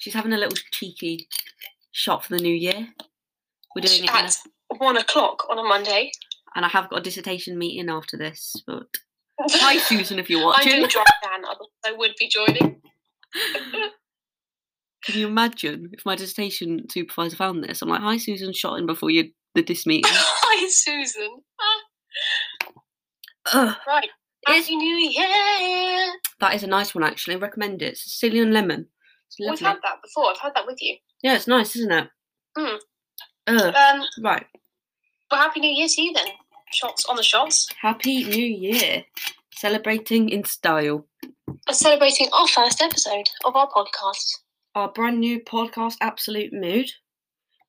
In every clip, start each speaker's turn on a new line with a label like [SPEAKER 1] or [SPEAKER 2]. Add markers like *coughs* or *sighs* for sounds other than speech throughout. [SPEAKER 1] She's having a little cheeky shop for the new year. We're doing it, in a-
[SPEAKER 2] At one o'clock on a Monday.
[SPEAKER 1] and I have got a dissertation meeting after this. But *laughs*
[SPEAKER 2] *laughs*
[SPEAKER 1] hi, Susan, if you're
[SPEAKER 2] I
[SPEAKER 1] watching.
[SPEAKER 2] do drive Dan, otherwise I would be joining. *laughs*
[SPEAKER 1] Can you imagine if my dissertation supervisor found this? I'm like, hi, Susan, shot in before you did this
[SPEAKER 2] *laughs*
[SPEAKER 1] meeting.
[SPEAKER 2] Hi, Susan. Ah,
[SPEAKER 1] Ugh.
[SPEAKER 2] right.
[SPEAKER 1] Is-
[SPEAKER 2] Happy New Year.
[SPEAKER 1] That is a nice one, actually. Recommend it. It's Sicilian lemon. It's
[SPEAKER 2] We've
[SPEAKER 1] lovely.
[SPEAKER 2] had that before. I've had that with you.
[SPEAKER 1] Yeah, it's nice, isn't it?
[SPEAKER 2] Mm.
[SPEAKER 1] Ugh.
[SPEAKER 2] Um,
[SPEAKER 1] Right.
[SPEAKER 2] but Happy New Year to you then. Shots on the shots.
[SPEAKER 1] Happy New Year. Celebrating in style.
[SPEAKER 2] We're celebrating our first episode of our podcast
[SPEAKER 1] Our brand new podcast, Absolute Mood.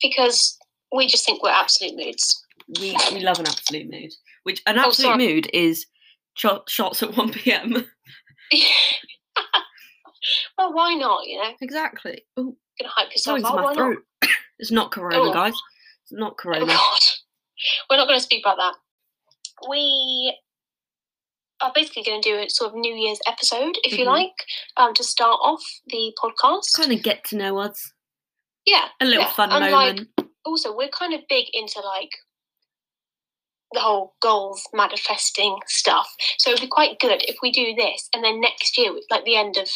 [SPEAKER 2] because we just think we're absolute moods. *laughs*
[SPEAKER 1] We, we love an absolute mood. Which an
[SPEAKER 2] Oh,
[SPEAKER 1] absolute
[SPEAKER 2] sorry.
[SPEAKER 1] mood is shot, shots at 1 p.m.
[SPEAKER 2] well, why not? You know, you're
[SPEAKER 1] exactly. Oh,
[SPEAKER 2] gonna hype yourself
[SPEAKER 1] something's
[SPEAKER 2] up.
[SPEAKER 1] in my
[SPEAKER 2] Why not?
[SPEAKER 1] throat. *coughs* it's not Corona,
[SPEAKER 2] Oh.
[SPEAKER 1] guys. It's not
[SPEAKER 2] Oh
[SPEAKER 1] Corona.
[SPEAKER 2] God, we're not going to speak about that. We are basically going to do a sort of New Year's episode, if you
[SPEAKER 1] Mhm.
[SPEAKER 2] like, um, to start off the podcast.
[SPEAKER 1] kind of get to know us.
[SPEAKER 2] yeah,
[SPEAKER 1] A little
[SPEAKER 2] yeah,
[SPEAKER 1] fun
[SPEAKER 2] and, like,
[SPEAKER 1] moment.
[SPEAKER 2] also we're kind of big into like the whole goals manifesting stuff so it'd be quite good if we do this and then next year like the end of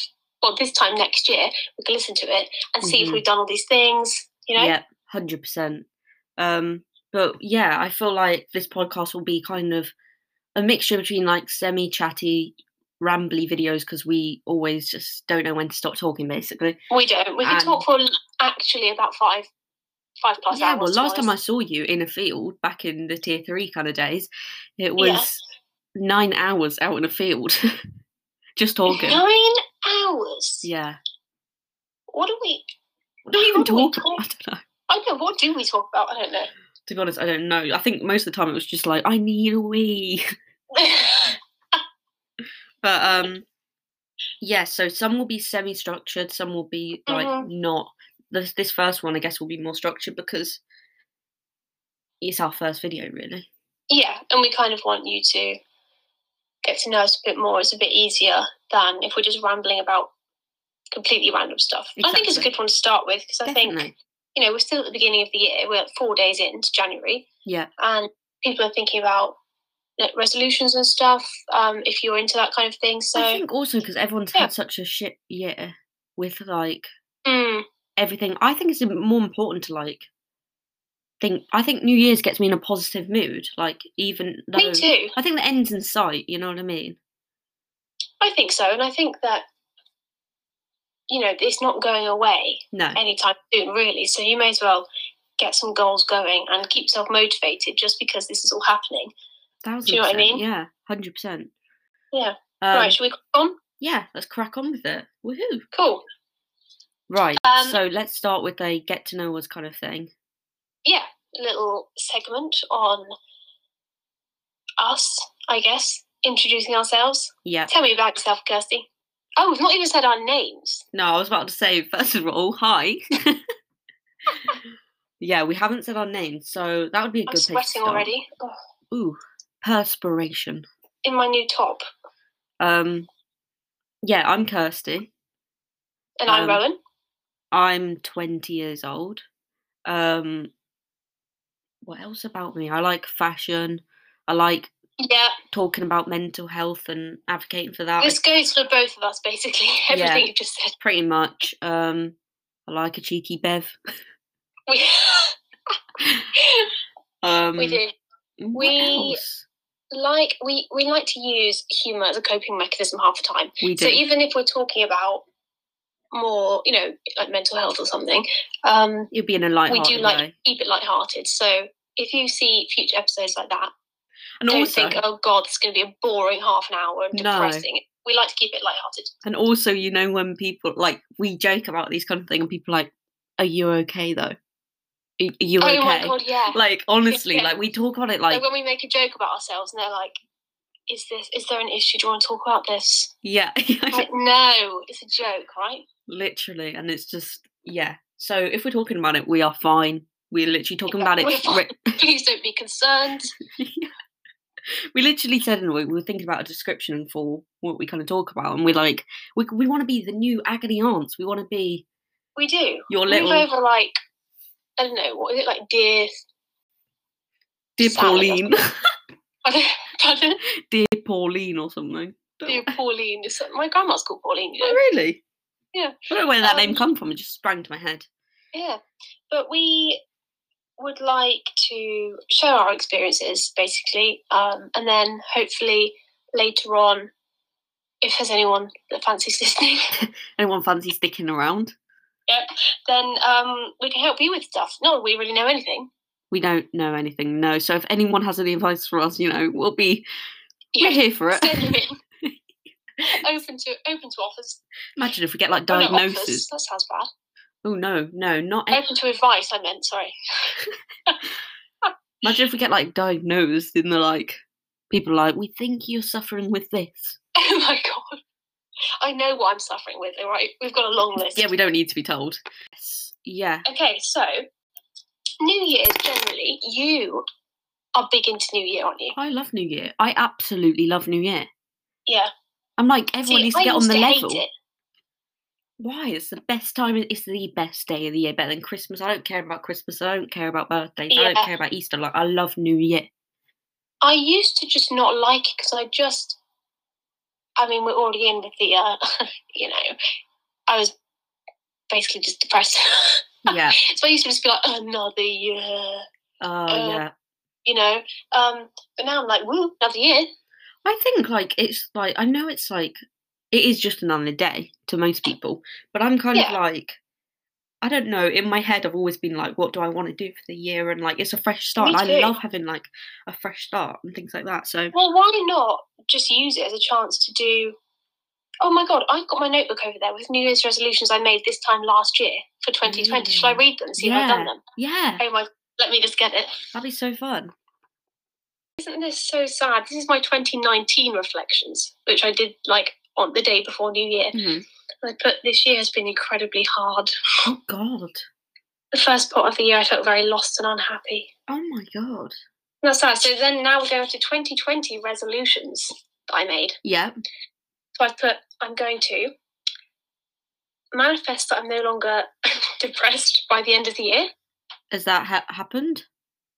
[SPEAKER 2] well this time next year we can listen to it and see if
[SPEAKER 1] Mhm.
[SPEAKER 2] we've done all these things you know
[SPEAKER 1] Yeah, hundred percent. Um, but yeah, I feel like this podcast will be kind of a mixture between like semi-chatty, rambly videos because we always just don't know when to stop talking. Basically,
[SPEAKER 2] we don't we can talk
[SPEAKER 1] And-
[SPEAKER 2] for actually about five five plus
[SPEAKER 1] yeah.
[SPEAKER 2] hours
[SPEAKER 1] Well,
[SPEAKER 2] to
[SPEAKER 1] last
[SPEAKER 2] be
[SPEAKER 1] time I
[SPEAKER 2] honest.
[SPEAKER 1] saw you in a field back in the tier three kind of days, it was
[SPEAKER 2] Yeah.
[SPEAKER 1] nine hours out in a field, *laughs* just talking.
[SPEAKER 2] nine hours
[SPEAKER 1] Yeah,
[SPEAKER 2] what do we
[SPEAKER 1] We're not even
[SPEAKER 2] What do we
[SPEAKER 1] talking. *laughs* I don't know.
[SPEAKER 2] i don't know what do we talk about i don't know *laughs*
[SPEAKER 1] To be honest, I don't know. I think most of the time it was just like, I need a wee. *laughs* But um yeah, so some will be semi structured, some will be like
[SPEAKER 2] Mhm.
[SPEAKER 1] not. This this first one I guess will be more structured because it's our first video really.
[SPEAKER 2] Yeah, and we kind of want you to get to know us a bit more. It's a bit easier than if we're just rambling about completely random stuff. I think it's a
[SPEAKER 1] Exactly.
[SPEAKER 2] good one to start with because I
[SPEAKER 1] Definitely.
[SPEAKER 2] think, you know, we're still at the beginning of the year. We're four days into January
[SPEAKER 1] yeah.
[SPEAKER 2] and people are thinking about like, resolutions and stuff um, if you're into that kind of thing. So,
[SPEAKER 1] I think also because everyone's
[SPEAKER 2] yeah.
[SPEAKER 1] had such a shit year with like
[SPEAKER 2] mm,
[SPEAKER 1] everything. I think it's im- more important to like think I think New Year's gets me in a positive mood. Like even though
[SPEAKER 2] me too.
[SPEAKER 1] I think the end's in sight, you know what I mean?
[SPEAKER 2] I think so. And I think that, you know, it's not going away.
[SPEAKER 1] No.
[SPEAKER 2] anytime soon, really. So you may as well get some goals going and keep yourself motivated just because this is all happening.
[SPEAKER 1] Thousand
[SPEAKER 2] do you know what I
[SPEAKER 1] percent,
[SPEAKER 2] mean?
[SPEAKER 1] Yeah, hundred percent.
[SPEAKER 2] Yeah.
[SPEAKER 1] Um,
[SPEAKER 2] right, should we go on?
[SPEAKER 1] yeah, let's crack on with it. Woohoo!
[SPEAKER 2] Cool.
[SPEAKER 1] Right,
[SPEAKER 2] Um,
[SPEAKER 1] so let's start with a get to know us kind of thing.
[SPEAKER 2] Yeah, a little segment on us, I guess, introducing ourselves.
[SPEAKER 1] Yeah.
[SPEAKER 2] Tell me about yourself, Kirsty. Oh, we've not even said our names.
[SPEAKER 1] No, I was about to say, first of all, hi. *laughs* yeah, we haven't said our names, so that would be a
[SPEAKER 2] I'm
[SPEAKER 1] good place to
[SPEAKER 2] sweating
[SPEAKER 1] start.
[SPEAKER 2] already. Ugh,
[SPEAKER 1] Ooh, perspiration.
[SPEAKER 2] In my new top.
[SPEAKER 1] Um, yeah, I'm Kirsty.
[SPEAKER 2] And
[SPEAKER 1] Um,
[SPEAKER 2] I'm Rowan.
[SPEAKER 1] I'm 20 years old. Um, what else about me? I like fashion. I like
[SPEAKER 2] Yeah,
[SPEAKER 1] talking about mental health and advocating for that. I
[SPEAKER 2] this goes for both of us, basically. *laughs* Everything you've just said.
[SPEAKER 1] pretty much. Um, I like a cheeky bev.
[SPEAKER 2] *laughs* We,
[SPEAKER 1] Um,
[SPEAKER 2] we do.
[SPEAKER 1] what
[SPEAKER 2] We-
[SPEAKER 1] else?
[SPEAKER 2] like we we like to use humor as a coping mechanism half the time
[SPEAKER 1] we do.
[SPEAKER 2] so even if we're talking about more you know like mental health or something um
[SPEAKER 1] You'd be in a
[SPEAKER 2] we
[SPEAKER 1] light-hearted
[SPEAKER 2] do like
[SPEAKER 1] way.
[SPEAKER 2] keep it lighthearted so if you see future episodes like that
[SPEAKER 1] And
[SPEAKER 2] don't
[SPEAKER 1] also,
[SPEAKER 2] think oh god it's going to be a boring half an hour and
[SPEAKER 1] No.
[SPEAKER 2] depressing we like to keep it lighthearted
[SPEAKER 1] and also, you know, when people like we joke about these kind of thing, and people are like, "Are you okay though? Are are you
[SPEAKER 2] oh
[SPEAKER 1] okay?"
[SPEAKER 2] my god yeah
[SPEAKER 1] Like honestly,
[SPEAKER 2] Yeah.
[SPEAKER 1] like we talk about it
[SPEAKER 2] like,
[SPEAKER 1] like
[SPEAKER 2] when we make a joke about ourselves and they're like is this is there an issue do you want to talk about this
[SPEAKER 1] yeah, *laughs*
[SPEAKER 2] like no it's a joke right
[SPEAKER 1] literally, and it's just yeah. So if we're talking about it, we are fine. We're literally talking about it. *laughs* re-
[SPEAKER 2] Please don't be concerned.
[SPEAKER 1] we literally said in the week we were thinking about a description for what we kind of talk about, and we're like, we, we want to be the new agony aunts. We want to be
[SPEAKER 2] We do.
[SPEAKER 1] your
[SPEAKER 2] Move
[SPEAKER 1] little
[SPEAKER 2] over like I don't know, what is it like dear *laughs*
[SPEAKER 1] dear
[SPEAKER 2] Sally or
[SPEAKER 1] Pauline,
[SPEAKER 2] I don't pardon?
[SPEAKER 1] *laughs* dear Pauline or something. Don't- *laughs*
[SPEAKER 2] Dear Pauline. Is that- My grandma's called Pauline, you
[SPEAKER 1] Oh,
[SPEAKER 2] know.
[SPEAKER 1] really?
[SPEAKER 2] Yeah.
[SPEAKER 1] I don't know where that name
[SPEAKER 2] Um,
[SPEAKER 1] come from. It just sprang to my head.
[SPEAKER 2] Yeah, but we would like to share our experiences basically, um, and then hopefully later on, if there's anyone that fancies *laughs* listening,
[SPEAKER 1] Anyone fancy sticking around?
[SPEAKER 2] then um, we can help you with stuff. No, we really know anything.
[SPEAKER 1] We don't know anything, no. So if anyone has any advice for us, you know, we'll be we're
[SPEAKER 2] Yeah,
[SPEAKER 1] here for it.
[SPEAKER 2] send them
[SPEAKER 1] *laughs*
[SPEAKER 2] in. open to open to offers.
[SPEAKER 1] Imagine if we get like
[SPEAKER 2] Oh, no, offers.
[SPEAKER 1] diagnosis.
[SPEAKER 2] That sounds bad.
[SPEAKER 1] Oh no, no, not.
[SPEAKER 2] Open to advice. I meant sorry. *laughs*
[SPEAKER 1] Imagine if we get like diagnosed in the like people are like we think you're suffering with this.
[SPEAKER 2] Oh my god. I know what I'm suffering with. All right, we've got a long list.
[SPEAKER 1] Yeah, we don't need to be told. Yes, Yeah,
[SPEAKER 2] Okay, so New Year's generally, you are big into New Year, aren't you?
[SPEAKER 1] I love New Year. I absolutely love New Year.
[SPEAKER 2] Yeah.
[SPEAKER 1] I'm like everyone
[SPEAKER 2] See,
[SPEAKER 1] needs to
[SPEAKER 2] I
[SPEAKER 1] get on
[SPEAKER 2] used
[SPEAKER 1] the
[SPEAKER 2] to hate
[SPEAKER 1] level.
[SPEAKER 2] it.
[SPEAKER 1] Why? It's the best time. It's the best day of the year, better than Christmas. I don't care about Christmas. I don't care about birthdays. I don't
[SPEAKER 2] Yeah.
[SPEAKER 1] care about Easter. Like I love New Year.
[SPEAKER 2] *laughs* I used to just not like it because I just, I mean, we're already in with the, uh, *laughs* you know, I was basically just depressed. *laughs*
[SPEAKER 1] Yeah.
[SPEAKER 2] so I used to just be like, "Oh, another year,
[SPEAKER 1] Oh
[SPEAKER 2] Uh,
[SPEAKER 1] yeah.
[SPEAKER 2] you know. Um, but now I'm like, woo, another year.
[SPEAKER 1] I think like it's like I know it's like it is just another day to most people, but I'm kind of
[SPEAKER 2] Yeah.
[SPEAKER 1] like I don't know. In my head, I've always been like, what do I want to do for the year? And like, it's a fresh start. and I
[SPEAKER 2] too.
[SPEAKER 1] love having like a fresh start and things like that. So
[SPEAKER 2] Well, why not just use it as a chance to do? Oh my God, I've got my notebook over there with New Year's resolutions I made this time last year for 2020. Shall I
[SPEAKER 1] Mm.
[SPEAKER 2] read them? See if I've done them. *laughs*
[SPEAKER 1] yeah,
[SPEAKER 2] Oh my, let me just get it.
[SPEAKER 1] that'd be so fun.
[SPEAKER 2] Isn't this so sad? This is my 2019 reflections, which I did like on the day before New Year.
[SPEAKER 1] Mhm.
[SPEAKER 2] And I put this year has been incredibly hard.
[SPEAKER 1] Oh God.
[SPEAKER 2] The first part of the year, I felt very lost and unhappy.
[SPEAKER 1] Oh my God.
[SPEAKER 2] And That's sad. So then now we're going to 2020 resolutions that I made.
[SPEAKER 1] Yeah.
[SPEAKER 2] So I've put, I'm going to manifest that I'm no longer *laughs* depressed by the end of the year.
[SPEAKER 1] Has that ha- happened?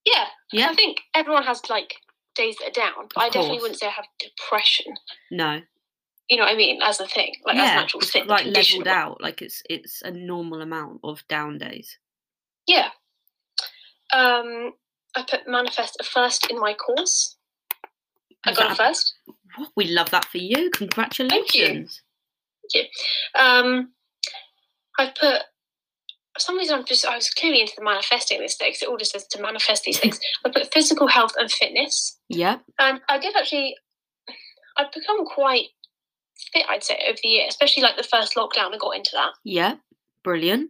[SPEAKER 2] Yeah. 'cause
[SPEAKER 1] Yeah.
[SPEAKER 2] I think everyone has like days that are down, but
[SPEAKER 1] Of
[SPEAKER 2] I definitely
[SPEAKER 1] course.
[SPEAKER 2] wouldn't say I have depression.
[SPEAKER 1] No.
[SPEAKER 2] You know what I mean? As a thing, like as an
[SPEAKER 1] yeah.
[SPEAKER 2] actual
[SPEAKER 1] It's
[SPEAKER 2] thing.
[SPEAKER 1] like
[SPEAKER 2] condition.
[SPEAKER 1] leveled out. Like it's it's a normal amount of down days.
[SPEAKER 2] Yeah. Um, I put manifest a first in my course. I
[SPEAKER 1] Has
[SPEAKER 2] got a
[SPEAKER 1] that
[SPEAKER 2] first.
[SPEAKER 1] hap- we love that for you. Congratulations.
[SPEAKER 2] Um, I've put. For some reason, I'm just. I was clearly into the manifesting this day because it all just says to manifest
[SPEAKER 1] *laughs*
[SPEAKER 2] these things. I put physical health and fitness.
[SPEAKER 1] Yep.
[SPEAKER 2] And I did actually, I've become quite fit, I'd say, over the year, especially like the first lockdown, I got into that.
[SPEAKER 1] Yep. Brilliant.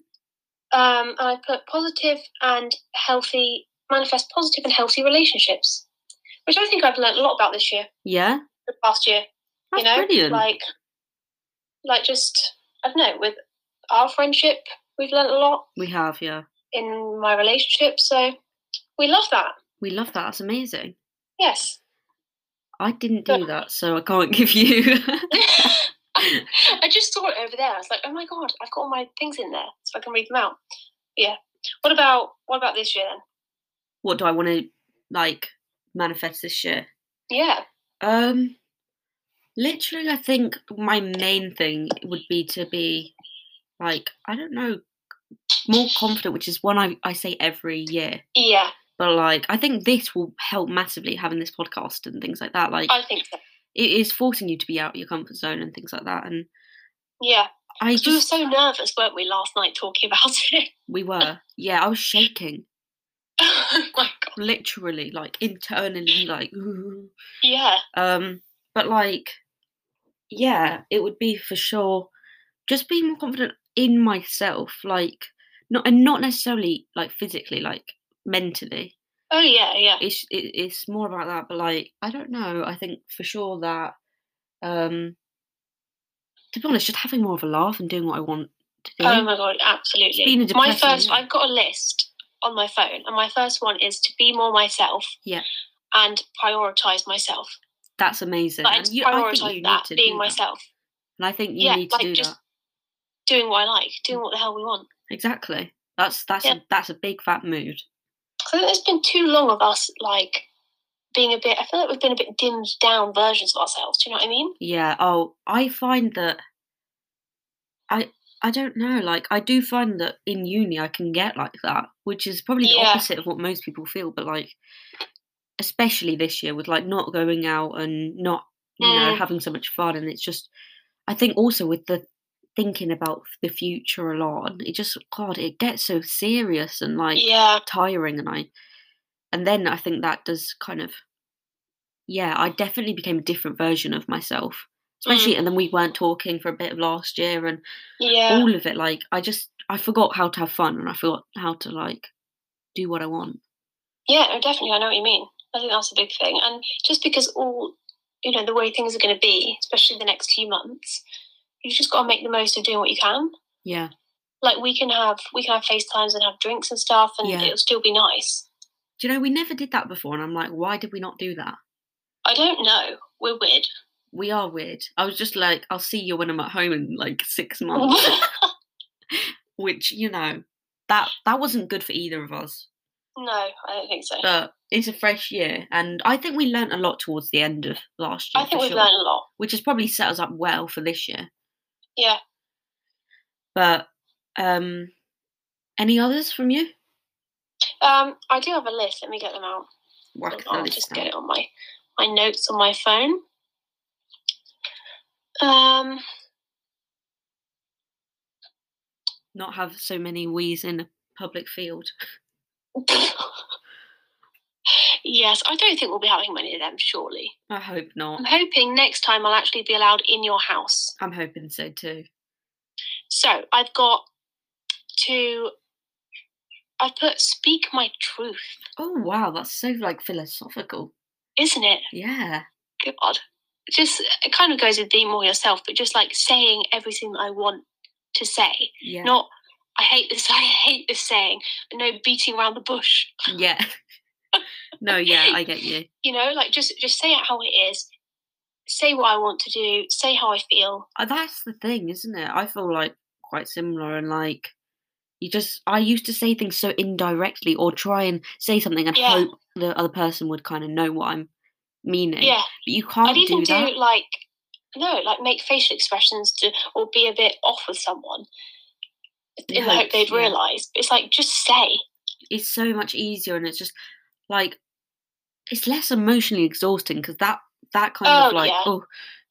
[SPEAKER 2] Um, and I put positive and healthy, manifest positive and healthy relationships, which I think I've learned a lot about this year,
[SPEAKER 1] Yeah.
[SPEAKER 2] the past year,
[SPEAKER 1] That's
[SPEAKER 2] you know?
[SPEAKER 1] brilliant.
[SPEAKER 2] Like, like just, I don't know, with our friendship, we've learned a lot
[SPEAKER 1] we have, yeah.
[SPEAKER 2] in my relationship. So we love that.
[SPEAKER 1] We love that. That's amazing.
[SPEAKER 2] Yes.
[SPEAKER 1] I didn't
[SPEAKER 2] Yeah.
[SPEAKER 1] do that, so I can't *laughs* give you.
[SPEAKER 2] I just saw it over there. I was like, oh my god, I've got all my things in there, so I can read them out. Yeah. What about what about this year then?
[SPEAKER 1] what do I want to like manifest this year?
[SPEAKER 2] Yeah.
[SPEAKER 1] Um, literally, I think my main thing would be to be like I don't know more confident, which is one I I say every year.
[SPEAKER 2] Yeah,
[SPEAKER 1] But like, I think this will help massively having this podcast and things like that. Like,
[SPEAKER 2] I think so.
[SPEAKER 1] it is forcing you to be out of your comfort zone and things like that. And
[SPEAKER 2] Yeah.
[SPEAKER 1] I
[SPEAKER 2] 'Cause we were
[SPEAKER 1] just
[SPEAKER 2] so nervous, weren't we, last night talking about *laughs* it?
[SPEAKER 1] we were yeah, I was shaking
[SPEAKER 2] oh my god.
[SPEAKER 1] literally, like internally, like. *laughs*
[SPEAKER 2] Yeah.
[SPEAKER 1] Um, but like, yeah, it would be for sure just being more confident in myself, like not and not necessarily like physically, like mentally.
[SPEAKER 2] Oh yeah, yeah.
[SPEAKER 1] It's it, it's more about that, but like I don't know. I think for sure that um, to be honest, just having more of a laugh and doing what I want to do.
[SPEAKER 2] Oh my god, absolutely.
[SPEAKER 1] been a
[SPEAKER 2] my
[SPEAKER 1] depressing
[SPEAKER 2] first
[SPEAKER 1] year.
[SPEAKER 2] I've got a list on my phone, and my first one is to be more myself.
[SPEAKER 1] Yeah.
[SPEAKER 2] And prioritize myself.
[SPEAKER 1] That's amazing.
[SPEAKER 2] Like, I
[SPEAKER 1] And
[SPEAKER 2] just
[SPEAKER 1] you- I think you
[SPEAKER 2] prioritize
[SPEAKER 1] need
[SPEAKER 2] that,
[SPEAKER 1] to do
[SPEAKER 2] being
[SPEAKER 1] that.
[SPEAKER 2] myself,
[SPEAKER 1] And I think you
[SPEAKER 2] Yeah,
[SPEAKER 1] need to
[SPEAKER 2] like,
[SPEAKER 1] do
[SPEAKER 2] just-
[SPEAKER 1] that.
[SPEAKER 2] doing what I like, doing what the hell we want.
[SPEAKER 1] Exactly. That's that's
[SPEAKER 2] Yeah.
[SPEAKER 1] a, that's a big fat mood.
[SPEAKER 2] I think there's been too long of us like being a bit. I feel like we've been a bit dimmed down versions of ourselves. Do you know what I mean?
[SPEAKER 1] Yeah. Oh, I find that I I don't know. Like I do find that in uni I can get like that, which is probably the
[SPEAKER 2] Yeah.
[SPEAKER 1] opposite of what most people feel. But like, especially this year with like not going out and not you know
[SPEAKER 2] Mm.
[SPEAKER 1] having so much fun, and it's just I think also with the thinking about the future a lot, and it just God, it gets so serious and like
[SPEAKER 2] yeah,
[SPEAKER 1] tiring and I and then I think that does kind of yeah, I definitely became a different version of myself. Especially and then we weren't talking for a bit of last year and
[SPEAKER 2] yeah,
[SPEAKER 1] all of it like I just I forgot how to have fun and I forgot how to like do what I want.
[SPEAKER 2] yeah. No, definitely. I know what you mean. I think that's a big thing. And just because all you know the way things are going to be, especially the next few months, you just got to make the most of doing what you can.
[SPEAKER 1] Yeah.
[SPEAKER 2] Like we can have we can have FaceTimes and have drinks and stuff, and
[SPEAKER 1] Yeah.
[SPEAKER 2] it'll still be nice.
[SPEAKER 1] Do you know we never did that before and I'm like why did we not do that?
[SPEAKER 2] I don't know. We're weird.
[SPEAKER 1] We are weird. I was just like I'll see you when I'm at home in like 6 months,
[SPEAKER 2] *laughs*
[SPEAKER 1] which you know that that wasn't good for either of us.
[SPEAKER 2] no, I don't think so.
[SPEAKER 1] but it's a fresh year and i think we learnt a lot towards the end of last year
[SPEAKER 2] I think
[SPEAKER 1] for
[SPEAKER 2] we've
[SPEAKER 1] sure,
[SPEAKER 2] learned a lot.
[SPEAKER 1] which has probably set us up well for this year
[SPEAKER 2] Yeah.
[SPEAKER 1] but um any others from you
[SPEAKER 2] Um, I do have a list. Let me get them out.
[SPEAKER 1] Whack the
[SPEAKER 2] I'll
[SPEAKER 1] list
[SPEAKER 2] just
[SPEAKER 1] out.
[SPEAKER 2] get it on my my notes on my phone. Um, *laughs*
[SPEAKER 1] not have so many wees in a public field
[SPEAKER 2] yes, I don't think we'll be having many of them. Surely,
[SPEAKER 1] i hope not
[SPEAKER 2] I'm hoping next time I'll actually be allowed in your house.
[SPEAKER 1] i'm hoping so too
[SPEAKER 2] So I've got to. I've put speak my truth,
[SPEAKER 1] oh wow that's so like philosophical
[SPEAKER 2] isn't it?
[SPEAKER 1] yeah
[SPEAKER 2] God, just it kind of goes with being more yourself, but just like saying everything that I want to say.
[SPEAKER 1] yeah
[SPEAKER 2] not I hate this, *laughs* I hate this saying, but no beating around the bush.
[SPEAKER 1] yeah *laughs* no yeah i get you
[SPEAKER 2] You know, like just just say it how it is, say what I want to do, say how I feel.
[SPEAKER 1] Uh, that's the thing, isn't it? I feel like quite similar and like you just I used to say things so indirectly or try and say something and
[SPEAKER 2] Yeah.
[SPEAKER 1] hope the other person would kind of know what I'm meaning.
[SPEAKER 2] Yeah.
[SPEAKER 1] But you can't
[SPEAKER 2] I'd even
[SPEAKER 1] do
[SPEAKER 2] do,
[SPEAKER 1] that.
[SPEAKER 2] like no, like make facial expressions to or be a bit off with someone
[SPEAKER 1] In
[SPEAKER 2] in the hope
[SPEAKER 1] hopes,
[SPEAKER 2] they'd
[SPEAKER 1] yeah.
[SPEAKER 2] realise. But it's like just say.
[SPEAKER 1] It's so much easier and it's just like it's less emotionally exhausting because that that kind of
[SPEAKER 2] Oh,
[SPEAKER 1] like
[SPEAKER 2] yeah.
[SPEAKER 1] oh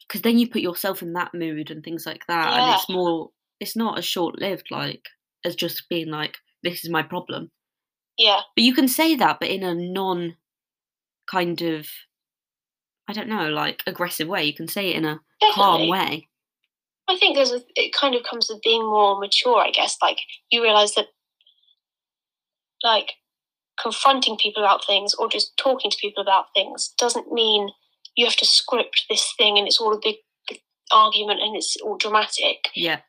[SPEAKER 1] because then you put yourself in that mood and things like that
[SPEAKER 2] Yeah.
[SPEAKER 1] and it's more it's not as short lived like as just being like this is my problem.
[SPEAKER 2] Yeah.
[SPEAKER 1] But you can say that, but in a non kind of, I don't know, like aggressive way. You can say it in a
[SPEAKER 2] Definitely.
[SPEAKER 1] calm way.
[SPEAKER 2] I think there's a, it kind of comes with being more mature, I guess. Like you realize that, like confronting people about things or just talking to people about things doesn't mean you have to script this thing and it's all a big argument and it's all dramatic.
[SPEAKER 1] Yeah.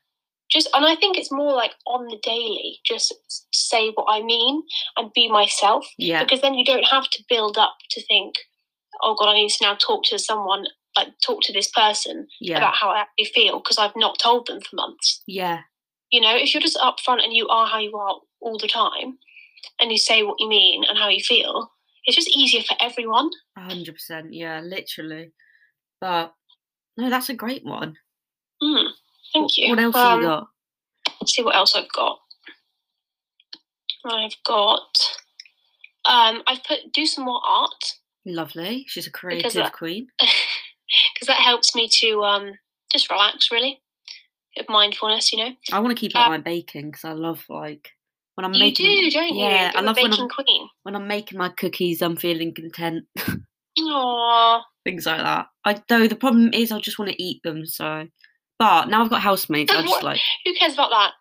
[SPEAKER 2] Just and I think it's more like on the daily, just s- say what I mean and be myself
[SPEAKER 1] Yeah.
[SPEAKER 2] because then you don't have to build up to think, oh god, I need to now talk to someone, like talk to this person
[SPEAKER 1] Yeah.
[SPEAKER 2] about how I actually feel because I've not told them for months.
[SPEAKER 1] Yeah.
[SPEAKER 2] You know, if you're just upfront and you are how you are all the time and you say what you mean and how you feel, it's just easier for everyone.
[SPEAKER 1] a 100%. Yeah. Literally. But no, that's a great one.
[SPEAKER 2] Mm, thank you.
[SPEAKER 1] What else have
[SPEAKER 2] Um,
[SPEAKER 1] you got?
[SPEAKER 2] Let's see what else I've got. I've got. Um, I've put do some more art *laughs*
[SPEAKER 1] Lovely. She's a creative
[SPEAKER 2] that-
[SPEAKER 1] queen.
[SPEAKER 2] because that helps me to um, just relax, really. Bit of mindfulness, you know.
[SPEAKER 1] I want to keep up
[SPEAKER 2] uh,
[SPEAKER 1] my baking because I love like when I'm
[SPEAKER 2] You
[SPEAKER 1] making
[SPEAKER 2] do, don't you?
[SPEAKER 1] yeah, I
[SPEAKER 2] You're a
[SPEAKER 1] love when I'm-
[SPEAKER 2] baking queen.
[SPEAKER 1] when I'm making my cookies, I'm feeling content.
[SPEAKER 2] Aww.
[SPEAKER 1] things like that. I though the problem is I just want to eat them. So, but now I've got housemates. I just
[SPEAKER 2] What?
[SPEAKER 1] like
[SPEAKER 2] Who cares about that?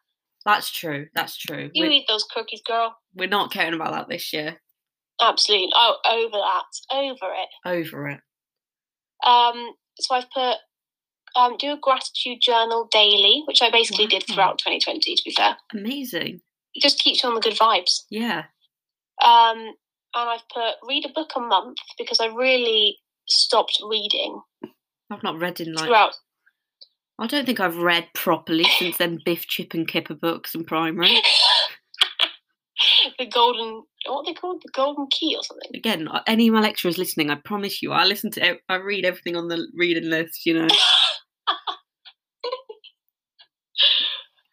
[SPEAKER 1] that's true. That's true.
[SPEAKER 2] You
[SPEAKER 1] We're-
[SPEAKER 2] eat those cookies, girl.
[SPEAKER 1] we're not caring about that this year.
[SPEAKER 2] Absolutely. Oh, over that. Over it.
[SPEAKER 1] Over it.
[SPEAKER 2] Um, so I've put um, do a gratitude journal daily, which I basically did
[SPEAKER 1] Wow.
[SPEAKER 2] throughout 2020, to be fair.
[SPEAKER 1] Amazing.
[SPEAKER 2] It just keeps you on the good vibes.
[SPEAKER 1] Yeah.
[SPEAKER 2] Um, and I've put read a book a month because I really stopped reading
[SPEAKER 1] I've not read in like.
[SPEAKER 2] throughout.
[SPEAKER 1] I don't think I've read properly since then Biff, Chip, and Kipper books in primary.
[SPEAKER 2] the golden, what are they called? The golden key or something.
[SPEAKER 1] Again, uh, any of my lecturers listening, I promise you, I listen to, ev- I read everything on the reading list. You know.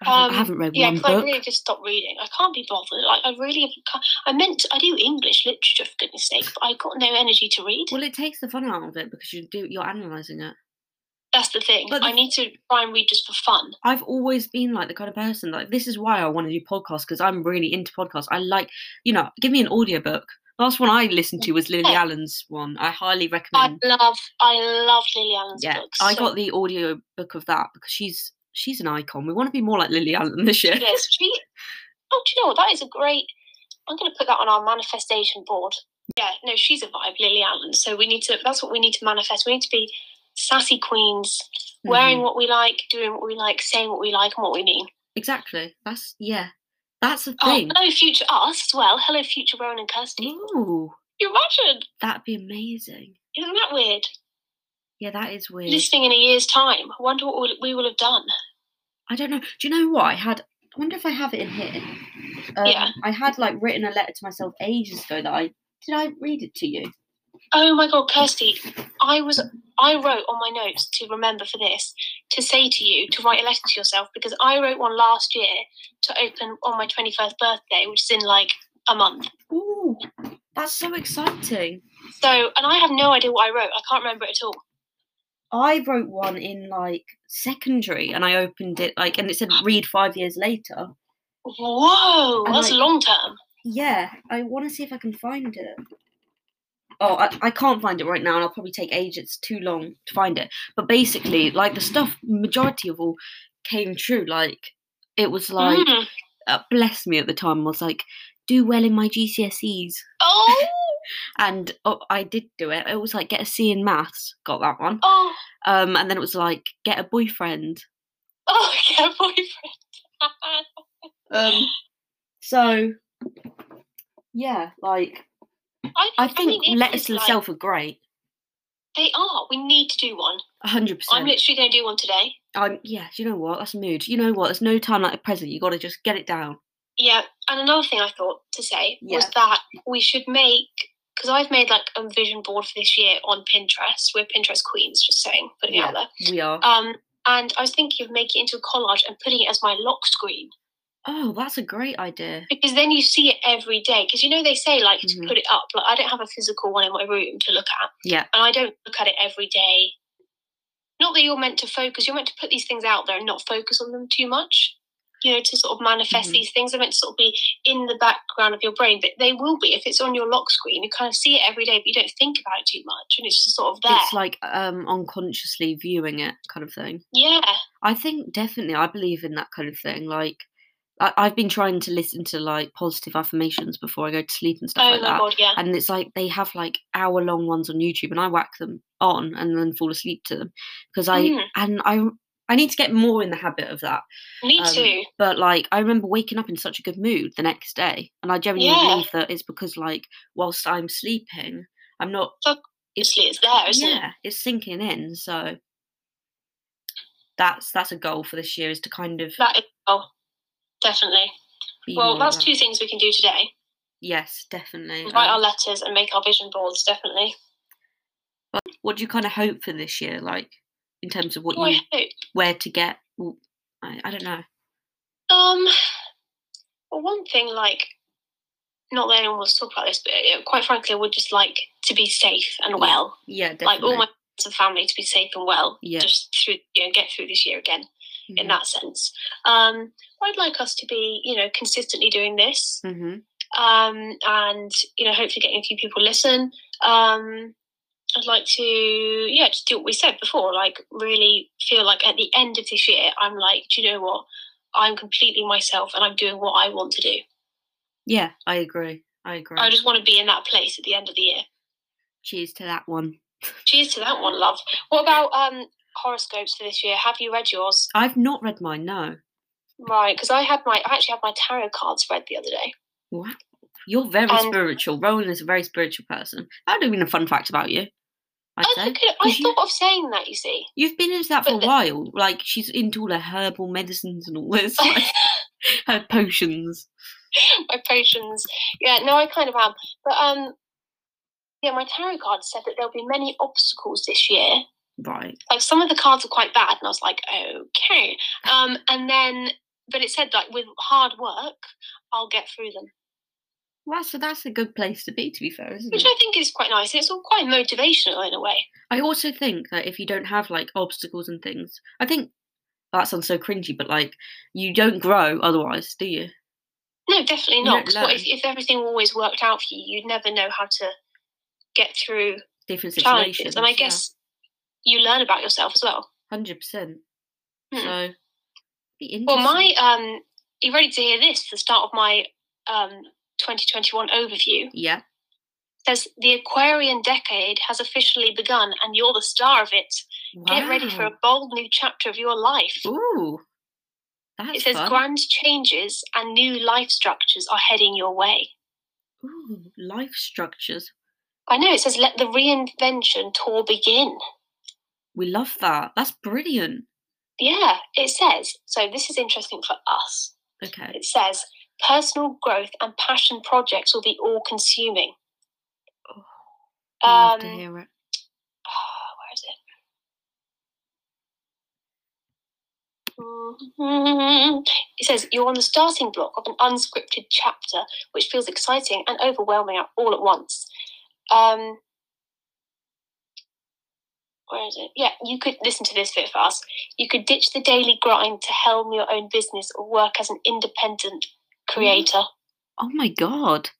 [SPEAKER 1] I, haven't, I
[SPEAKER 2] Um,
[SPEAKER 1] haven't read
[SPEAKER 2] Yeah,
[SPEAKER 1] one
[SPEAKER 2] because I
[SPEAKER 1] book.
[SPEAKER 2] really just stopped reading. I can't be bothered. Like I really, can't, I meant I do English literature for goodness sake, but I got no energy to read.
[SPEAKER 1] Well, it takes the fun out of it because you do you're analysing it.
[SPEAKER 2] That's the thing.
[SPEAKER 1] But the
[SPEAKER 2] I need to try and read just for fun.
[SPEAKER 1] I've always been like the kind of person like this is why I want to do podcasts because I'm really into podcasts. I like you know give me an audiobook. Last one I listened to
[SPEAKER 2] *laughs*
[SPEAKER 1] was Lily
[SPEAKER 2] Yeah.
[SPEAKER 1] Allen's one. I highly
[SPEAKER 2] I
[SPEAKER 1] recommend.
[SPEAKER 2] love, I love Lily Allen's
[SPEAKER 1] Mm. yeah,
[SPEAKER 2] books.
[SPEAKER 1] I
[SPEAKER 2] so
[SPEAKER 1] got *laughs* the audio book of that because she's she's an icon. We want to be more like Lily Allen this year.
[SPEAKER 2] it is. She, oh, do you know what? That is a great. I'm going to put that on our manifestation board. Yeah, no, she's a vibe, Lily Allen. So we need to. That's what we need to manifest. We need to be sassy queens, wearing
[SPEAKER 1] Mhm.
[SPEAKER 2] what we like, doing what we like, saying what we like and what we mean.
[SPEAKER 1] *laughs* exactly. That's yeah. That's the
[SPEAKER 2] Oh,
[SPEAKER 1] thing.
[SPEAKER 2] hello, future us as well. Hello, future Rowan and Kirsty.
[SPEAKER 1] Ooh,
[SPEAKER 2] You imagine?
[SPEAKER 1] that'd be amazing.
[SPEAKER 2] Isn't that weird?
[SPEAKER 1] Yeah, that is weird.
[SPEAKER 2] Listening in a year's time. I wonder what we will have done.
[SPEAKER 1] I don't know. Do you know what I had? I wonder if I have it in here. Um,
[SPEAKER 2] Yeah.
[SPEAKER 1] I had like written a letter to myself ages ago that I did. I read it to you.
[SPEAKER 2] Oh my god, Kirsty, I was I wrote on my notes to remember for this to say to you to write a letter to yourself because I wrote one last year to open on my 21st birthday, which is in like a month.
[SPEAKER 1] Ooh, that's so exciting.
[SPEAKER 2] So, and I have no idea what I wrote. I can't remember it at all.
[SPEAKER 1] I wrote one in like secondary, and I opened it like, and it said read five years later.
[SPEAKER 2] Whoa,
[SPEAKER 1] And,
[SPEAKER 2] that's
[SPEAKER 1] like-
[SPEAKER 2] long term.
[SPEAKER 1] Yeah, I want to see if I can find it. Oh, I, I can't find it right now, and I'll probably take ages. It's too long to find it. But basically, like the stuff, majority of all came true. Like it was like.
[SPEAKER 2] Mm.
[SPEAKER 1] uh, bless me at the time was like do well in my GCSEs
[SPEAKER 2] Oh,
[SPEAKER 1] and oh, I did do it it was like get a C in maths got that one
[SPEAKER 2] oh,
[SPEAKER 1] um and then it was like get a boyfriend
[SPEAKER 2] oh, *laughs* yeah, boyfriend.
[SPEAKER 1] um so yeah like I think
[SPEAKER 2] it
[SPEAKER 1] letters
[SPEAKER 2] is
[SPEAKER 1] to the
[SPEAKER 2] like-
[SPEAKER 1] self are great
[SPEAKER 2] They are. We need to do one.
[SPEAKER 1] 100%
[SPEAKER 2] I'm literally going to do one today.
[SPEAKER 1] I'm, yeah do you know what that's a mood you know what there's no time like the present you gotta just get it down
[SPEAKER 2] Yeah, and another thing I thought to say was
[SPEAKER 1] Yeah.
[SPEAKER 2] that we should make because I've made like a vision board for this year on Pinterest. We're Pinterest queens, just saying, putting it out there.
[SPEAKER 1] we are
[SPEAKER 2] Um, and I was thinking of making it into a collage and putting it as my lock screen
[SPEAKER 1] oh that's a great idea
[SPEAKER 2] because then you see it every day. Because you know they say like
[SPEAKER 1] Mhm.
[SPEAKER 2] to put it up. Like I don't have a physical one in my room to look at,
[SPEAKER 1] yeah
[SPEAKER 2] and I don't look at it every day. Not that you're meant to focus. You're meant to put these things out there and not focus on them too much. You know, to sort of manifest
[SPEAKER 1] Mhm.
[SPEAKER 2] these things are meant to sort of be in the background of your brain, but they will be if it's on your lock screen. You kind of see it every day, but you don't think about it too much, and it's just sort of there.
[SPEAKER 1] it's like um unconsciously viewing it kind of thing
[SPEAKER 2] yeah,
[SPEAKER 1] I think definitely I believe in that kind of thing. Like I, I've been trying to listen to like positive affirmations before I go to sleep and stuff
[SPEAKER 2] oh
[SPEAKER 1] like
[SPEAKER 2] my
[SPEAKER 1] that.
[SPEAKER 2] god, yeah,
[SPEAKER 1] And it's like they have like hour long ones on YouTube, and I whack them on and then fall asleep to them because I
[SPEAKER 2] Mm.
[SPEAKER 1] and I I need to get more in the habit of that.
[SPEAKER 2] me
[SPEAKER 1] um,
[SPEAKER 2] too.
[SPEAKER 1] But like I remember waking up in such a good mood the next day, and I genuinely
[SPEAKER 2] Yeah.
[SPEAKER 1] believe that it's because like whilst I'm sleeping, I'm not.
[SPEAKER 2] Fuck, Obviously, it's there, isn't it?
[SPEAKER 1] Yeah, it's sinking in. So that's that's a goal for this year is to kind of
[SPEAKER 2] That is oh, definitely.
[SPEAKER 1] be
[SPEAKER 2] Well,
[SPEAKER 1] more
[SPEAKER 2] that's
[SPEAKER 1] like-
[SPEAKER 2] two things we can do today:
[SPEAKER 1] Yes, definitely.
[SPEAKER 2] write our
[SPEAKER 1] Um,
[SPEAKER 2] letters and make our vision boards. Definitely.
[SPEAKER 1] what do you kind of hope for this year, like in terms of what
[SPEAKER 2] Oh, I
[SPEAKER 1] you
[SPEAKER 2] hope.
[SPEAKER 1] where to get? w- I, I don't know.
[SPEAKER 2] Um, well, one thing, like, not that anyone wants to talk about this, but uh, quite frankly, I would just like to be safe
[SPEAKER 1] Yeah,
[SPEAKER 2] and well.
[SPEAKER 1] Yeah, definitely.
[SPEAKER 2] like, all my friends and family to be safe and well,
[SPEAKER 1] Yeah.
[SPEAKER 2] just through, you know, get through this year again in
[SPEAKER 1] Mhm,
[SPEAKER 2] that sense. Um, I'd like us to be, you know, consistently doing this
[SPEAKER 1] mhm.
[SPEAKER 2] um, and, you know, hopefully getting a few people listen. Um, I'd like to, yeah, just do what we said before, like really feel like at the end of this year, I'm like, do you know what? I'm completely myself and I'm doing what I want to do.
[SPEAKER 1] Yeah, I agree. I agree.
[SPEAKER 2] I just want to be in that place at the end of the year.
[SPEAKER 1] Cheers to that one.
[SPEAKER 2] Cheers to that one, love. What about um horoscopes for this year? Have you read yours?
[SPEAKER 1] I've not read mine. No.
[SPEAKER 2] Right, because I had my I actually had my tarot cards read the other day.
[SPEAKER 1] What? You're very
[SPEAKER 2] And-
[SPEAKER 1] spiritual. Roland is a very spiritual person. That would have been a fun fact about you. I'd
[SPEAKER 2] I,
[SPEAKER 1] say.
[SPEAKER 2] look at it, I
[SPEAKER 1] 'Cause you-
[SPEAKER 2] thought of saying that, you see.
[SPEAKER 1] You've been into that for
[SPEAKER 2] But
[SPEAKER 1] a
[SPEAKER 2] the-
[SPEAKER 1] while. Like she's into all her herbal medicines and all this, *laughs*
[SPEAKER 2] *laughs*
[SPEAKER 1] like, her potions.
[SPEAKER 2] my potions. Yeah, no, I kind of am. But um, yeah, my tarot card said that there'll be many obstacles this year.
[SPEAKER 1] Right.
[SPEAKER 2] Like some of the cards are quite bad, and I was like, okay. Um, and then, but it said like with hard work, I'll get through them,
[SPEAKER 1] Well, so that's a good place to be. To be fair, isn't
[SPEAKER 2] which
[SPEAKER 1] it?
[SPEAKER 2] I think is quite nice. It's all quite motivational in a way.
[SPEAKER 1] I also think that if you don't have like obstacles and things, I think that sounds so cringy, but like you don't grow otherwise, do you?
[SPEAKER 2] No, definitely
[SPEAKER 1] You
[SPEAKER 2] not.
[SPEAKER 1] don't
[SPEAKER 2] 'cause what if,
[SPEAKER 1] learn.
[SPEAKER 2] if everything always worked out for you, you'd never know how to get through
[SPEAKER 1] Different situations.
[SPEAKER 2] challenges. And I guess you learn about yourself as well.
[SPEAKER 1] hundred percent.
[SPEAKER 2] Hmm.
[SPEAKER 1] So, be interesting.
[SPEAKER 2] Well, my um, you ready to hear this? The start of my um 2021 overview
[SPEAKER 1] yeah.
[SPEAKER 2] says the Aquarian decade has officially begun, and you're the star of it. Get ready for a
[SPEAKER 1] Wow.
[SPEAKER 2] bold new chapter of your life.
[SPEAKER 1] Ooh, that's
[SPEAKER 2] it says
[SPEAKER 1] fun.
[SPEAKER 2] grand changes and new life structures are heading your way.
[SPEAKER 1] Ooh, life structures.
[SPEAKER 2] I know it says let the reinvention tour begin.
[SPEAKER 1] We love that. That's brilliant.
[SPEAKER 2] Yeah, it says. So this is interesting for us.
[SPEAKER 1] Okay.
[SPEAKER 2] It says personal growth and passion projects will be all consuming.
[SPEAKER 1] Oh, love
[SPEAKER 2] Um
[SPEAKER 1] to hear it.
[SPEAKER 2] Ah, *sighs* where is it? Mm-hmm. It says you're on the starting block of an unscripted chapter, which feels exciting and overwhelming at- all at once. Um, where is it? Yeah, you could listen to this bit fast. You could ditch the daily grind to helm your own business or work as an independent creator.
[SPEAKER 1] Oh my god.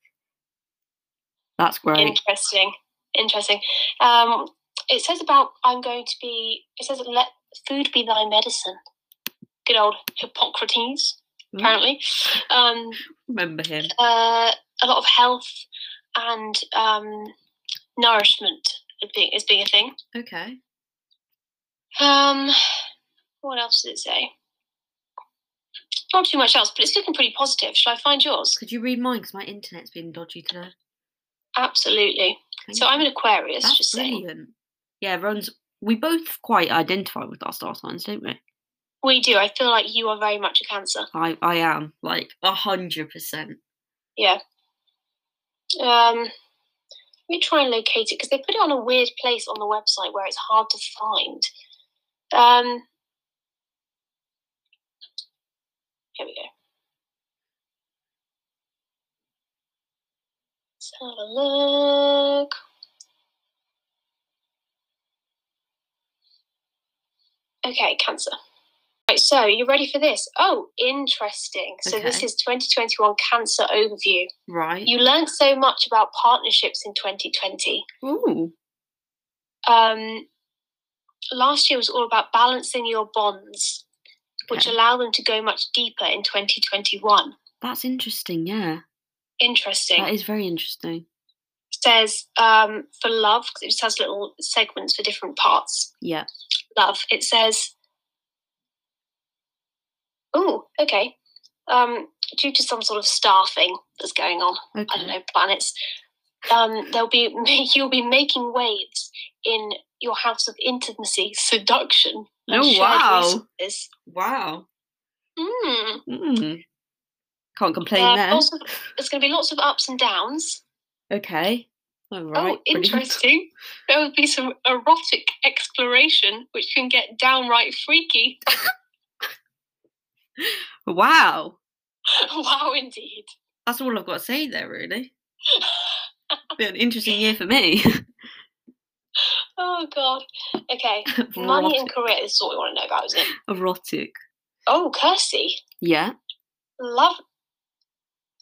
[SPEAKER 1] That's great.
[SPEAKER 2] Interesting. Interesting. Um, it says about I'm going to be. It says let food be thy medicine. Good old Hippocrates,
[SPEAKER 1] Ooh,
[SPEAKER 2] apparently. Um,
[SPEAKER 1] Remember him.
[SPEAKER 2] uh, a lot of health and um, nourishment is being, is being a thing.
[SPEAKER 1] Okay.
[SPEAKER 2] Um, what else does it say? Not too much else, but it's looking pretty positive. Shall I find yours?
[SPEAKER 1] Could you read mine? Because my internet's been dodgy today.
[SPEAKER 2] Absolutely.
[SPEAKER 1] Thank
[SPEAKER 2] So I'm
[SPEAKER 1] you.
[SPEAKER 2] an Aquarius,
[SPEAKER 1] That's
[SPEAKER 2] just saying.
[SPEAKER 1] brilliant. Yeah, Ron's. We both quite identify with our star signs, don't we?
[SPEAKER 2] We do. I feel like you are very much a Cancer.
[SPEAKER 1] I I am like a hundred percent.
[SPEAKER 2] Yeah. Um, let me try and locate it because they put it on a weird place on the website where it's hard to find. Um, here we go. Let's have a look. Okay, Cancer. Right, so you ready for this? Oh, interesting. So this
[SPEAKER 1] Okay.
[SPEAKER 2] is 2021 Cancer overview.
[SPEAKER 1] Right.
[SPEAKER 2] You learned so much about partnerships in 2020.
[SPEAKER 1] Ooh.
[SPEAKER 2] Um, last year was all about balancing your bonds, which
[SPEAKER 1] Okay.
[SPEAKER 2] allow them to go much deeper in 2021.
[SPEAKER 1] That's interesting. Yeah.
[SPEAKER 2] Interesting.
[SPEAKER 1] That is very interesting.
[SPEAKER 2] says um, for love, 'cause it just has little segments for different parts.
[SPEAKER 1] Yeah.
[SPEAKER 2] Love. It says, oh, okay. Um, due to some sort of star thing that's going on.
[SPEAKER 1] Okay.
[SPEAKER 2] I don't know, planets. Um, there'll be *laughs* you'll be making waves in your house of intimacy, seduction.
[SPEAKER 1] Oh,
[SPEAKER 2] and shared
[SPEAKER 1] wow.
[SPEAKER 2] resources.
[SPEAKER 1] Wow.
[SPEAKER 2] Mm.
[SPEAKER 1] Mm. Can't complain
[SPEAKER 2] Uh,
[SPEAKER 1] there.
[SPEAKER 2] also, there's going to be lots of ups and downs.
[SPEAKER 1] Okay. All right.
[SPEAKER 2] oh,
[SPEAKER 1] brilliant.
[SPEAKER 2] interesting. There will be some erotic exploration, which can get downright freaky.
[SPEAKER 1] *laughs*
[SPEAKER 2] *laughs*
[SPEAKER 1] Wow.
[SPEAKER 2] wow, indeed.
[SPEAKER 1] That's all I've got to say there,
[SPEAKER 2] *laughs*
[SPEAKER 1] really. Be an interesting year for me. *laughs*
[SPEAKER 2] Oh God. Okay.
[SPEAKER 1] *laughs*
[SPEAKER 2] Money
[SPEAKER 1] erotic.
[SPEAKER 2] and career is what we want to know about, isn't it?
[SPEAKER 1] erotic.
[SPEAKER 2] Oh, Kirsty. *laughs*
[SPEAKER 1] Yeah.
[SPEAKER 2] Love.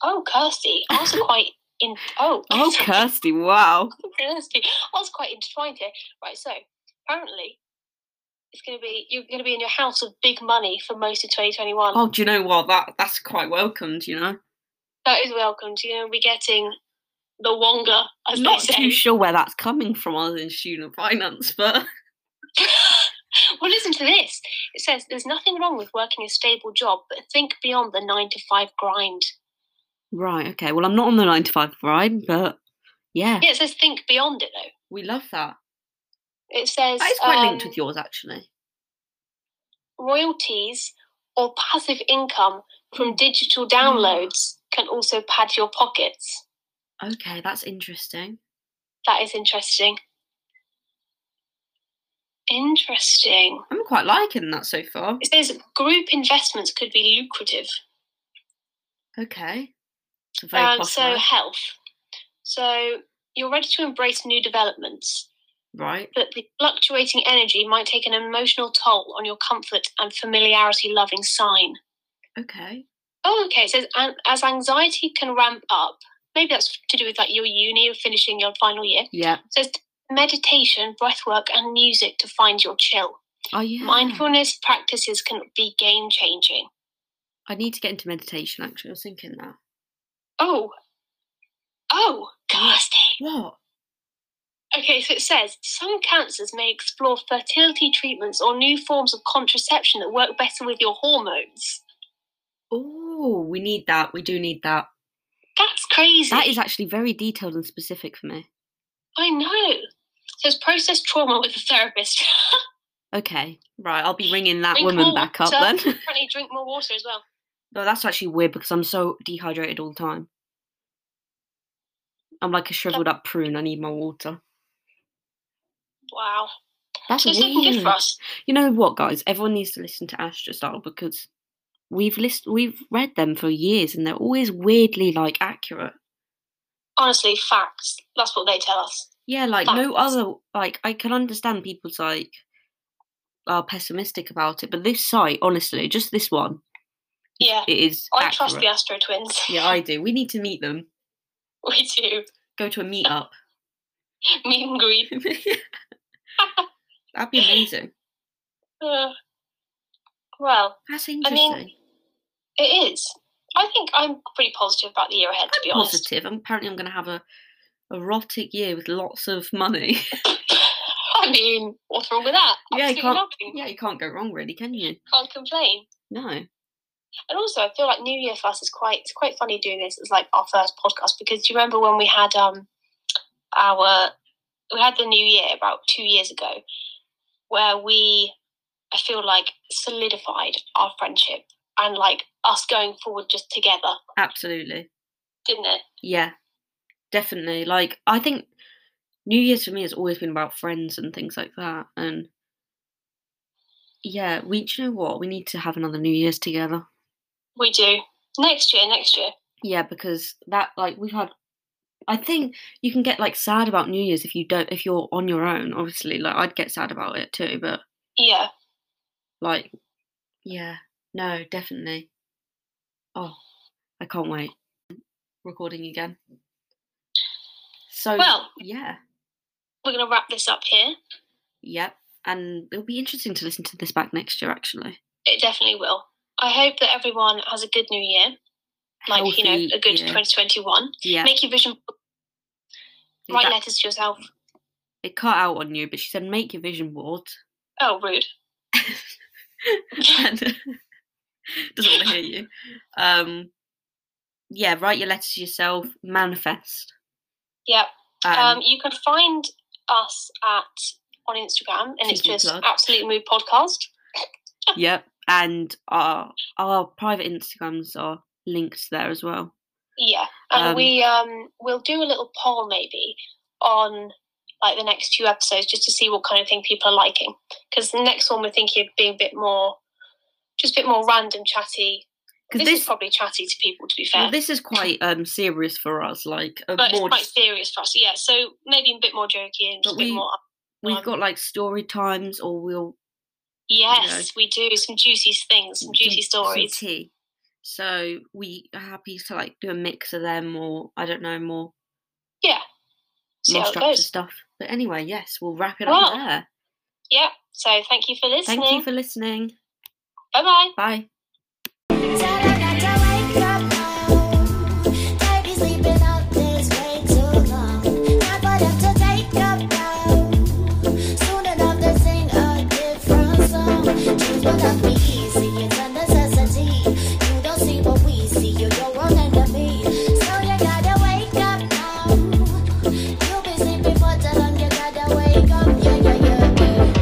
[SPEAKER 2] Oh, Kirsty.
[SPEAKER 1] *laughs*
[SPEAKER 2] I was quite in. Oh, *laughs*
[SPEAKER 1] Oh, Kirsty. Wow.
[SPEAKER 2] Kirsty. I was quite intertwined here. Right, so apparently it's going to be you're going to be in your house of big money for most of 2021.
[SPEAKER 1] Oh, do you know what? That that's quite welcomed. You know.
[SPEAKER 2] That is welcomed. You're going to be getting the wonga, as
[SPEAKER 1] Not
[SPEAKER 2] they say. *laughs*
[SPEAKER 1] too sure where that's coming from, other than student finance, *laughs* but
[SPEAKER 2] well, listen to this.
[SPEAKER 1] *laughs*
[SPEAKER 2] It says there's nothing wrong with working a stable job, but think beyond the nine to five grind.
[SPEAKER 1] Right. Okay. Well, I'm not on the nine to five ride, but yeah,
[SPEAKER 2] Yeah, it says think beyond it though.
[SPEAKER 1] we love that.
[SPEAKER 2] It says
[SPEAKER 1] That is quite linked
[SPEAKER 2] um,
[SPEAKER 1] with yours, actually.
[SPEAKER 2] royalties or passive income from digital downloads can also pad your pockets.
[SPEAKER 1] Okay, that's interesting.
[SPEAKER 2] That is interesting. Interesting.
[SPEAKER 1] I'm quite liking that so far.
[SPEAKER 2] It says group investments could be lucrative.
[SPEAKER 1] Okay. It's a very
[SPEAKER 2] Um,
[SPEAKER 1] posh
[SPEAKER 2] so
[SPEAKER 1] word.
[SPEAKER 2] health. So you're ready to embrace new developments,
[SPEAKER 1] right.
[SPEAKER 2] but the fluctuating energy might take an emotional toll on your comfort and familiarity loving sign.
[SPEAKER 1] Okay.
[SPEAKER 2] Oh, okay. It says "An- as anxiety can ramp up. Maybe that's to do with like your uni or finishing your final year.
[SPEAKER 1] Yeah.
[SPEAKER 2] It says meditation, breathwork, and music to find your chill.
[SPEAKER 1] Oh yeah.
[SPEAKER 2] Mindfulness practices can be game changing.
[SPEAKER 1] I need to get into meditation. Actually, I was thinking that.
[SPEAKER 2] Oh, oh, Kirsty.
[SPEAKER 1] What?
[SPEAKER 2] Okay, so it says some cancers may explore fertility treatments or new forms of contraception that work better with your hormones.
[SPEAKER 1] Oh, we need that. We do need that.
[SPEAKER 2] That's crazy.
[SPEAKER 1] That is actually very detailed and specific for me.
[SPEAKER 2] I know. It says process trauma with a therapist. *laughs*
[SPEAKER 1] Okay. Right. I'll be ringing that
[SPEAKER 2] Drink
[SPEAKER 1] woman
[SPEAKER 2] more
[SPEAKER 1] back up
[SPEAKER 2] water.
[SPEAKER 1] then.
[SPEAKER 2] *laughs*
[SPEAKER 1] *laughs*
[SPEAKER 2] Apparently, drink more water as well.
[SPEAKER 1] No, that's actually weird because I'm so dehydrated all the time. I'm like a shriveled up prune. I need my water.
[SPEAKER 2] Wow.
[SPEAKER 1] That's
[SPEAKER 2] So it's looking good
[SPEAKER 1] weird.
[SPEAKER 2] for us.
[SPEAKER 1] You know what, guys? Everyone needs to listen to Astrostyle because we've list we've read them for years and they're always weirdly like accurate.
[SPEAKER 2] Honestly, facts. That's what they tell us.
[SPEAKER 1] Yeah, like no
[SPEAKER 2] Facts.
[SPEAKER 1] other like I can understand people's like are pessimistic about it, but this site, honestly, just this one,
[SPEAKER 2] Yeah.
[SPEAKER 1] it is.
[SPEAKER 2] I trust the
[SPEAKER 1] accurate.
[SPEAKER 2] Astro Twins.
[SPEAKER 1] Yeah, I do. We need to meet them.
[SPEAKER 2] *laughs* we do.
[SPEAKER 1] Go to a
[SPEAKER 2] *laughs*
[SPEAKER 1] meetup.
[SPEAKER 2] Meet and greet.
[SPEAKER 1] That'd be amazing.
[SPEAKER 2] *laughs* Uh, well,
[SPEAKER 1] That's
[SPEAKER 2] I
[SPEAKER 1] interesting.
[SPEAKER 2] mean, it is. I think I'm pretty positive about the year ahead, to be
[SPEAKER 1] I'm
[SPEAKER 2] honest.
[SPEAKER 1] positive. I'm, apparently, I'm going to have a erotic year with lots of *laughs* money.
[SPEAKER 2] *laughs* I mean, what's wrong with that?
[SPEAKER 1] Yeah, you
[SPEAKER 2] Absolutely
[SPEAKER 1] can't-
[SPEAKER 2] nothing.
[SPEAKER 1] yeah, you can't go wrong, really, can you?
[SPEAKER 2] Can't complain.
[SPEAKER 1] No.
[SPEAKER 2] And also, I feel like New Year for us is quite it's quite funny doing this as like our first podcast because do you remember when we had um our we had the New Year about two years ago where we I feel like solidified our friendship and like us going forward just together,
[SPEAKER 1] Absolutely.
[SPEAKER 2] didn't it?
[SPEAKER 1] Yeah. Definitely. Like, I think New Year's for me has always been about friends and things like that. And yeah, we, do you know what? We need to have another New Year's together.
[SPEAKER 2] We do next year, next year.
[SPEAKER 1] Yeah, because that like we've had I think you can get like sad about New Year's if you don't if you're on your own, obviously. Like I'd get sad about it too, but
[SPEAKER 2] Yeah,
[SPEAKER 1] like yeah, no, definitely. Oh, I can't wait. Recording again. So
[SPEAKER 2] Well-
[SPEAKER 1] yeah.
[SPEAKER 2] we're gonna wrap this up here.
[SPEAKER 1] Yep. And it'll be interesting to listen to this back next year actually.
[SPEAKER 2] It definitely will. I hope that everyone has a good New Year, like you
[SPEAKER 1] Healthy
[SPEAKER 2] know, a good
[SPEAKER 1] year.
[SPEAKER 2] 2021.
[SPEAKER 1] Yeah.
[SPEAKER 2] Make your vision
[SPEAKER 1] it-
[SPEAKER 2] write
[SPEAKER 1] that-
[SPEAKER 2] letters to yourself.
[SPEAKER 1] it cut out on you, but she said make your vision board.
[SPEAKER 2] Oh, rude.
[SPEAKER 1] *laughs* and doesn't want to hear you. Um, yeah, write your letters to yourself, manifest.
[SPEAKER 2] Yeah. Um,
[SPEAKER 1] Um,
[SPEAKER 2] you can find us at on Instagram, and it's
[SPEAKER 1] Cheeky
[SPEAKER 2] just
[SPEAKER 1] plug.
[SPEAKER 2] Absolute Mood Podcast.
[SPEAKER 1] yep, and our our private Instagrams are linked there as well.
[SPEAKER 2] Yeah, and
[SPEAKER 1] Um,
[SPEAKER 2] we um we'll do a little poll maybe on like the next few episodes just to see what kind of thing people are liking. Because the next one we're thinking of being a bit more, just a bit more random, chatty.
[SPEAKER 1] Because
[SPEAKER 2] This, is
[SPEAKER 1] this
[SPEAKER 2] probably chatty to people, to be fair.
[SPEAKER 1] well, this is quite um serious for us. Like a
[SPEAKER 2] but it's
[SPEAKER 1] more,
[SPEAKER 2] quite
[SPEAKER 1] just-
[SPEAKER 2] serious for us. Yeah, so maybe a bit more jokey and
[SPEAKER 1] But
[SPEAKER 2] just a
[SPEAKER 1] we-
[SPEAKER 2] bit more.
[SPEAKER 1] we've
[SPEAKER 2] um,
[SPEAKER 1] got like story times, or we'll
[SPEAKER 2] Yes, we do some juicy things, some
[SPEAKER 1] do
[SPEAKER 2] juicy stories.
[SPEAKER 1] some tea. So we are happy to like do a mix of them, or I don't know, more
[SPEAKER 2] Yeah. See
[SPEAKER 1] more
[SPEAKER 2] how it
[SPEAKER 1] structured
[SPEAKER 2] goes.
[SPEAKER 1] stuff. But anyway, yes, we'll wrap it
[SPEAKER 2] Well,
[SPEAKER 1] up there.
[SPEAKER 2] Yeah. So thank you for listening.
[SPEAKER 1] Thank you for listening.
[SPEAKER 2] Bye bye.
[SPEAKER 1] Bye.
[SPEAKER 3] Ta-da!